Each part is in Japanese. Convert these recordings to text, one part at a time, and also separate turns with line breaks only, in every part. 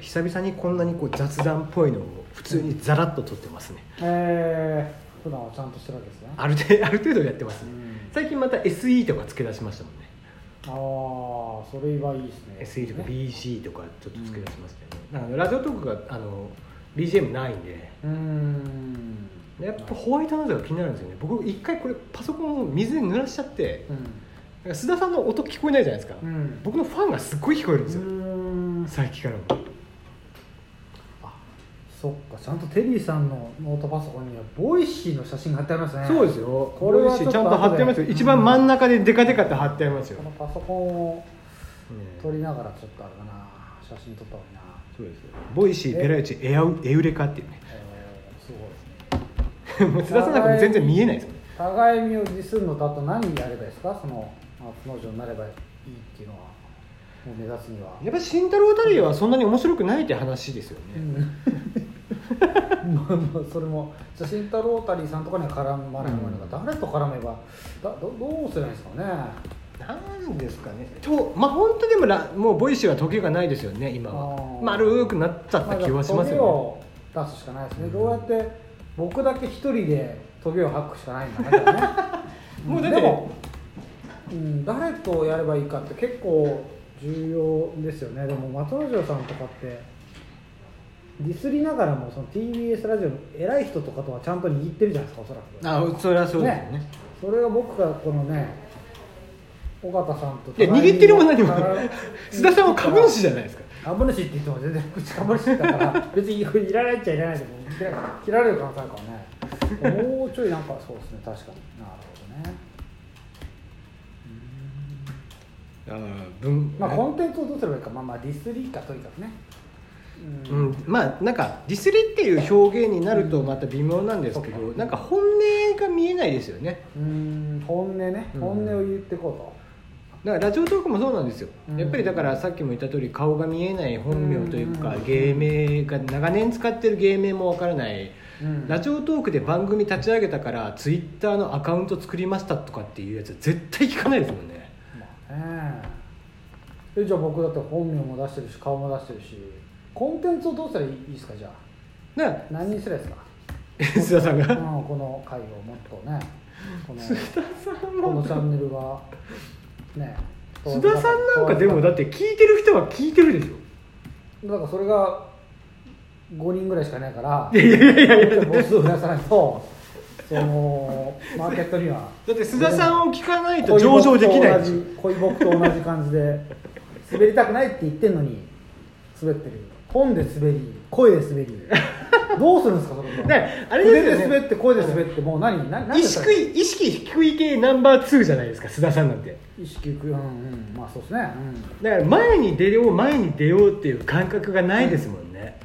久々にこんなにこう雑談っぽいのを普通にざらっと撮ってますね
えー、普段はちゃんとしてるわけですね
ある程 度ある程度やってます
う
ね
ん
最近また SE とか付け出しましたもんね
ああそれはいいですね
SE とか
ね
BG とかちょっと付け出しましたよねだからラジオトークがあの BGM ないんで
うーん
やっぱホワイトノイズが気になるんですよね僕一回これパソコンを水に濡らしちゃって
う
なんか須田さんの音聞こえないじゃないですか、
んうん
僕のファンがすっごい聞こえるん
う
ですよ、
ーん
最近からも
そっかちゃんとテリーさんのノートパソコンにはボイシーの写真が貼ってありますね
そうですよ
これは
ち
ち
ゃ
ょ
ん
っと後で
と貼ってありますよ一番真ん中でデカデカって貼ってありますよ、
こ
ね
のパソコンを撮りながらちょっとあれだな写真撮った方がいいな、
そうですよボイシーペライチエアウエウレカっていうね
えー、すごいですね
もう津田さんなんかもう全然見えないですよね
互い身を辞するのとあと何やればいいですかその不能女になればいいっていうのはもう目指すには、
やっぱり慎太郎たりはそんなに面白くないって話ですよ
う
ね、
ん まあまあそれもじゃあ慎太郎たりさんとかには絡まないものが、誰と絡めばだどどうすればいいんですかね
なんですかねとまあ本当でもらもうボイシーは時がないですよね今
あ
は
ー
丸くなっちゃった気はしますよね
まあだからトゲを出すしかないですね、
うん
どうやって僕だけ一人でトゲを吐くしかないんだねだからね
もうだって
でも、うん、誰とやればいいかって結構重要ですよねでも松之丞さんとかってディスりながらもその TBS ラジオの偉い人とかとはちゃんと握ってるじゃないですかおそらく
あそれはそうですよね
ねそれが僕がこのね尾形さんと
いや握ってるも何も
互いに
須田さんは株主じゃないですか
株主って言っても全然口株主だから 別にいらないっちゃいらないけど切ら切られる可能性あるからねもうちょいなんかそうですね確かになるほどね
あ文
まあコンテンツをどうすればいいかまあまあディスリーかとにかくね
う
うんん、
まあなんかディスリっていう表現になると
うん
また微妙なんですけど、
そうか
なんか本音が見えないですよね
うん本音ね
うん
本音を言ってこ
だからラジオトークもそうなんですよ、
うん
やっぱりだからさっきも言った通り顔が見えない本名というか、
うん
芸名が長年使ってる芸名もわからない、
うと、うん、
ラジオトークで番組立ち上げたからツイッターのアカウント作りましたとかっていうやつ絶対聞かないですもんね
まあねえじゃあ僕だって本名も出してるし顔も出してるしコンテンツをどうしたらいいですかじゃあ
だから
何にすればいいですか
須田さん
う
が
ん、この回をもっとねこの
須田さん
このチャ
も
ンネルがね
須田さんなんかでもだ
だ
って聞いてる人は聞いてるでしょ
からそれが5人ぐらいしかいないから
いやいやいやいや
ボスを増やさないとそのマーケットには
だって須田さんを聞かないと上場できないでしょ
恋僕と同じ恋僕と同じ感じで滑りたくないって言ってんのに滑ってる本で滑り声で滑りどうするんですかそれも
ねあれですよね
筆で滑って声で滑ってもう何何何
意
ですか
識意識低い系ナンバー2じゃないですか須田さんなんて
意識いくうんうんまあそうですね、うん
だから前に出よう前に出ようっていう感覚がないですもんね、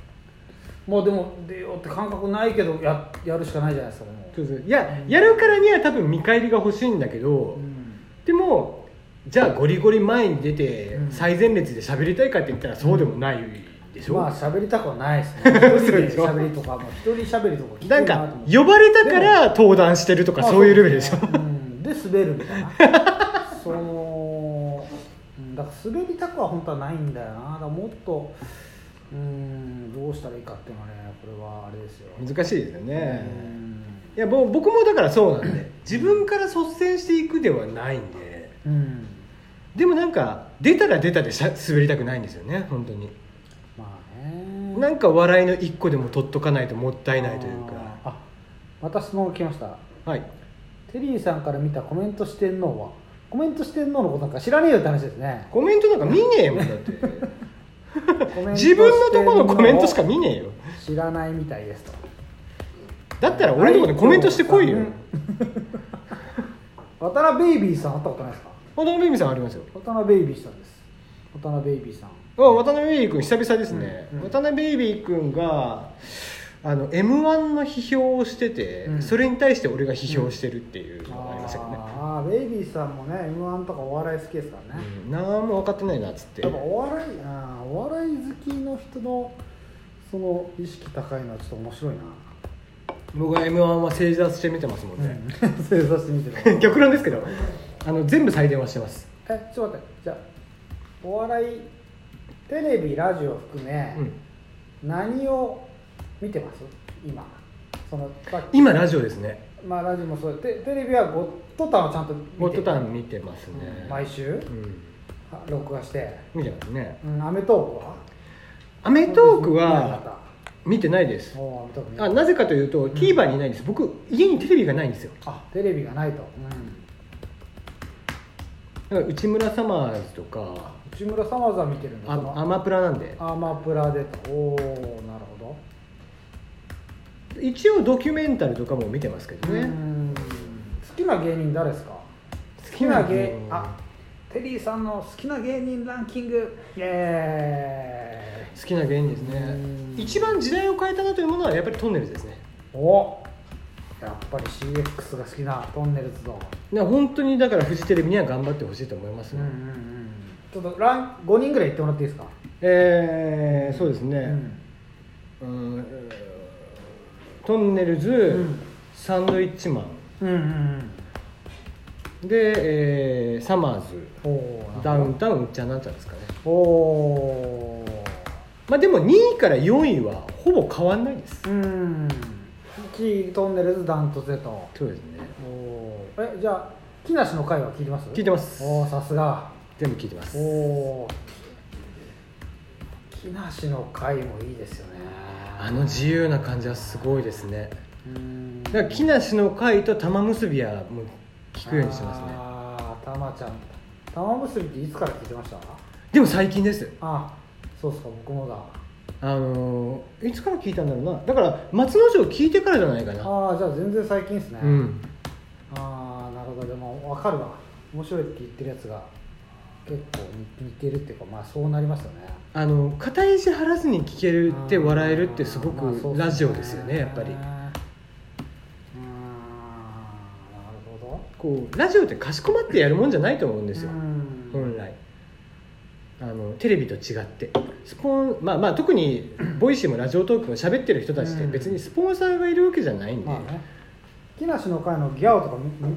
もうでも出ようって感覚ないけどややるしかないじゃないですかもう、
そうそういややるからには多分見返りが欲しいんだけど、
うん
でもじゃあゴリゴリ前に出て
うん
最前列で喋りたいかって言ったらそうでもないでしょ、
まあ喋りたくはないです ね一人で喋りとかもう一人喋りとか聞
なん
い
か
思って
呼ばれたから登壇してるとかそういうレベルでしょ、
まあそうですねうん、で滑るみたいな そのうんだから滑りたくは本当はないんだよなだからもっとうんどうしたらいいかっていうのはねこれはあれですよ
難しいですよね、
うん
いやもう僕もだからそうなんで自分から率先していくではないんで
うん
でもなんか出たら出たでしゃ滑りたくないんですよね本当に
まあね
なんか笑いの一個でも取っとかないともったいないというか
あまた質問が来ました
はい
テリーさんから見たコメント四天王はコメント四天王のことなんか知らねえよって話で すね
コメントなんか見ねえもんだって
コメント
自分のところのコメントしか見ねえよ
知らないみたいですと
だったら俺のところでコメントしてこいよ
はい渡辺ベイビーさん会ったことないですか
渡辺美美さんありますよ
渡辺ベイビーさんです渡辺ベイビーさん
あ渡辺ベイビー君久々ですね、
うんうん
渡辺ベイビー君があの m 1の批評をしてて、
うん
それに対して俺が批評してるっていうのがありましたけどね、
あーベイビーさんもね m 1とかお笑い好きですからね、
うん、何も分かってないなっつって
やっぱお笑いあーお笑い好きの人のその意識高いのはちょっと面白いな、
僕は m 1は正座して見てますもんね、
うん、正座してみて る
逆なんですけどあの全部採電はしてます
えちょっと待ってじゃあお笑いテレビラジオ含め、
うん
何を見てます今そのさっき
今ラジオですね
まあラジオもそうでテレビはゴッドタンはちゃんと見て
ゴッドタン見てますね、
うん毎週
うん
は録画して
見てますね
うんアメトークは
『アメトーク』は見てないです
おーアメトーク見なか
あ
った
なぜかというと、TVer にいないんです僕家にテレビがないんですよ
あテレビがないと、
だから内村サマーズとか
内村さまざ見てるんだ
あ
その
アマプラなんで
アマプラでとおおなるほ
一応ドキュメンタルとかも見てますけど
ど、う
ね、
ん好きな芸人誰ですか
好
好きな芸
人
あテリーさんの好きな芸人ランキングイエ
好きな芸人ですね
うん
一番時代を変えたなというものはやっぱりトンネルズですね
ーイおやっぱり CX が好きなトンネルズの
な本当にだからフジテレビには頑張ってほしいと思います、ね
んちょっとラン5人ぐらい言ってもらっていいですか、
えーそうです
う
ね、
ん
うんえートンネルズ、
うん
サンドイッチマ
うんうん
ンで、えーサマーズ
うんおー
ダウンタウンうっちゃんなんちゃんですかね
おお
まあでも2位から4位はほぼ変わんないです
うんキトンネルズダントツでと
そうですね
おおえじゃあ木梨の会は聞いてます
聞いてます
おおさすが
全部聞いてます
おお木梨の会もいいですよね
あの自由な感じはすごいですね
うん
だから木梨の会と玉結びはもう聞くようにしてますね
ああたまちゃんたま結びっていつから聞いてました
でも最近です
あそうっすか僕もだ
あのーいつから聞いたんだろうなだから松之丞聞いてからじゃないかな
ああじゃあ全然最近ですね、
うん
ああなるほどでも分かるわ面白いって言ってるやつが結構似似てるっていうかまあそうなりますよね
あの肩意地張らずに聞けるって笑えるってすご
あーまあそうっ
く
す
ラジオですよねやっぱり
うーんなるほ
こうラジオってかしこまってやるもんじゃないと思うん
ど
ですよ
うーん
本来あのテレビと違ってスポンまあまあ特にボイシーもラジオトークも喋ってる人たちって
うん
別にスポンサーがいるわけじゃないんで、
まあね木梨の会のギャオとか見見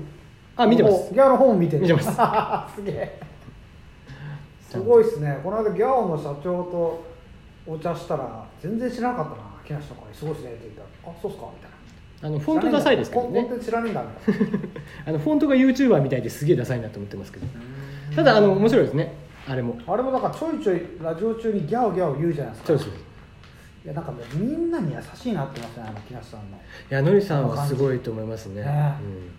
あ見てます
ギャオの本見てる
見てます
すげえすごいですねこの間ギャオの社長とお茶したら全然知らなかったな木梨の会すごいですねって言ったら「あそうっすか」みたいな
あのフォントダサいですけど
コン
ね
テンツ知らねえんだみたいな
あのフォントが YouTuber みたいですげえダサいなと思ってますけど ただあの面白いですねあれも
あれもなんかちょいちょいラジオ中にギャオギャオ言うじゃないですか
そうそう
いやなんかねみんなに優しいなってますねあの木梨さんの
いやのりさんはすごいと思いますね、
ね
うん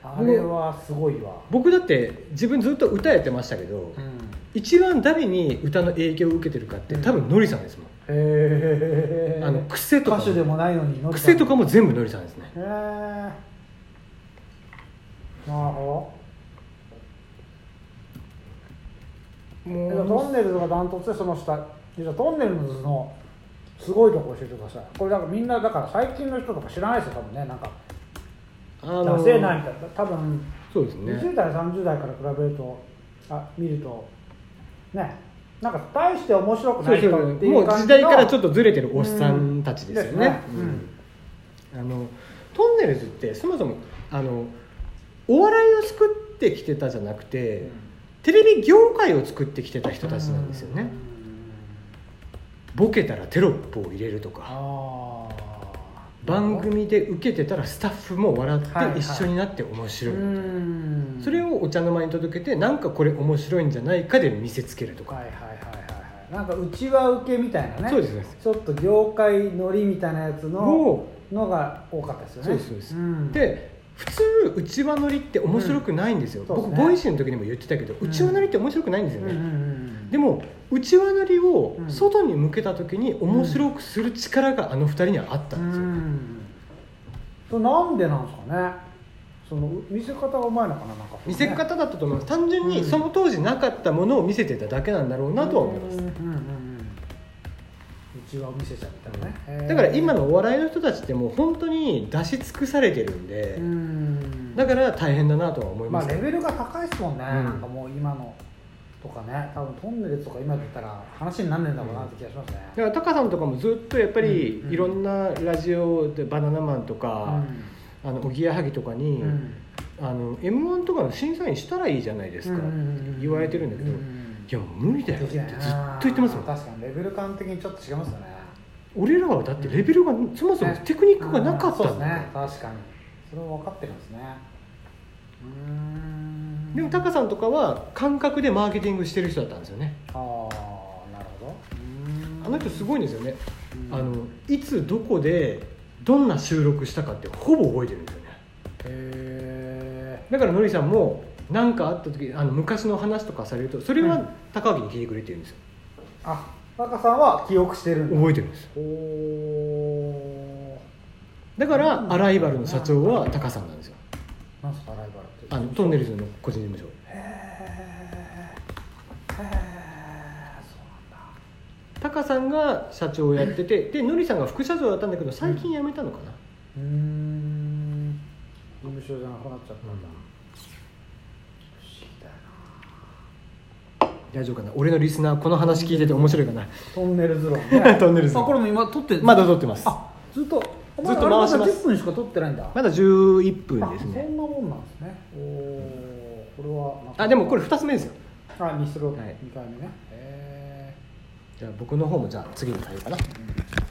あれはすごいわ
僕だって自分ずっと歌やってましたけど、
うん
一番誰に歌の影響を受けてるかって多分のりさんですもん、
へえ
あの癖とかも
歌手でもないのに乗り
癖とかも全部のりさんですね
へえなるほどえじゃあトンネルズがダントツでその下じゃあトンネルズのすごいとこ教えてくださいこれなんかみんなだから最近の人とか知らないですよ多分ねなんか
あ
出せないみたいな多分
そうですね
20代30代から比べるとあ見るとねなんか大して面白く
そ
な
う
い
そ
人
うそう
ってい
も
う
う
感
時
じの
代からちょっとずれてるおっさんたちですよね,
う
うんん、
ですね
あのトンネルズってそもそもあのお笑いを作ってきてたじゃなくて、テレビ業界を作ってきてた人たちなんですよね、ボケたらテロップを入れるとか
あー
番組で受けてたらスタッフも笑
はいは
っ
い
て一緒になって面白い、
うん
それをお茶の間に届けてなんかこれ面白いんじゃないかで見せつけるとか、
はいはいはいはいはいなんかうちわ受けみたいなね
そうですそうです
ちょっと業界乗りみたいなやつの
を
のが多かったですよね
そうですそうです
ん
で普通うちわ乗りって面白くないんですよ、
んそうです
僕
ね
ボイシーの時にも言ってたけど、う
うん
ちわ乗りって面白くないんです
う
よ
ん
ね、
うんうん
でもうちわ乗りを
うん
外に向けた時に面白くする力があの二人にはあった
うん
ですよ、
んそれなんでなんですかねそのう見せ方がうまいのかななんか、
見せ方だったと思います単純に
うん
その当時なかったものを見せてただけなんだろうなとは思います、
うんうんうんうんうちは見せちゃったね、へー
だから今のお笑いの人たちってもう本当に出し尽くされてるんで、
うん
だから大変だなとは思いま
ま
す
あ
け
レ
ど、
ベルが高いですもんね、
うん
なんかもう今のとかね多分トンネルズとか今だったら話になんねえんだろうなって気がしますね、
だからタカさんとかもずっとやっぱり
うん
いろんなラジオでバナナマンと
う
か、あのおぎやはぎとかに、
うん
あの m 1とかの審査員したらいいじゃないですか、
うんうんうんうん
言われてるんだけど
うん
いやもう無理だよ
で
ってず
き
っ
ない
と
な
言ってますもん
確かにレベル感的にちょっと違いますよね
俺らはだってレベルがそもそも
ね
テクニックがなかっ
うんそ
た
うんで
だ
す
よ
ね確かにそれを分かってるんですねうーん
でもタカさんとかは感覚でマーケティングしてる人だったんですよね
ああなるほどうーん
あの人すごいんですよね
うん
あのいつどこでどんな収録したかってほぼ覚えてるんですよね
へ
だからのりさんも何かあった時あの昔の話とかされるとそれ
う
は
ん
高木に聞いてくれって言うんですよ
ーあ若さんは記憶してるんだ
覚えてるんです
おお
だからアライバルの社長はタカさんなんですよ
なんすかライバルって
あのトンネルズの個人事務所
へえへえそうなんだ
タカさんが社長をやっててでのりさんが副社長だったんだけど最近辞めたのかな、
うーん事務所じゃなくなっちゃったんだ、不思議だよな
大丈夫かな俺のリスナーこの話聞いてて面白いかな
トンネルズ論ね
トンネルズ
あこれも今撮って
まだ撮ってます
あずっとお前
ずっと回します
あれまだ10分しか撮ってないんだ
まだ11分です
あそ
ね
んなもんなんですねおおこれはなかなか
あでもこれ2つ目ですよ
あミスロ
はい
2回目ねへえ
じゃあ僕の方もじゃあ次に変えようかな
うん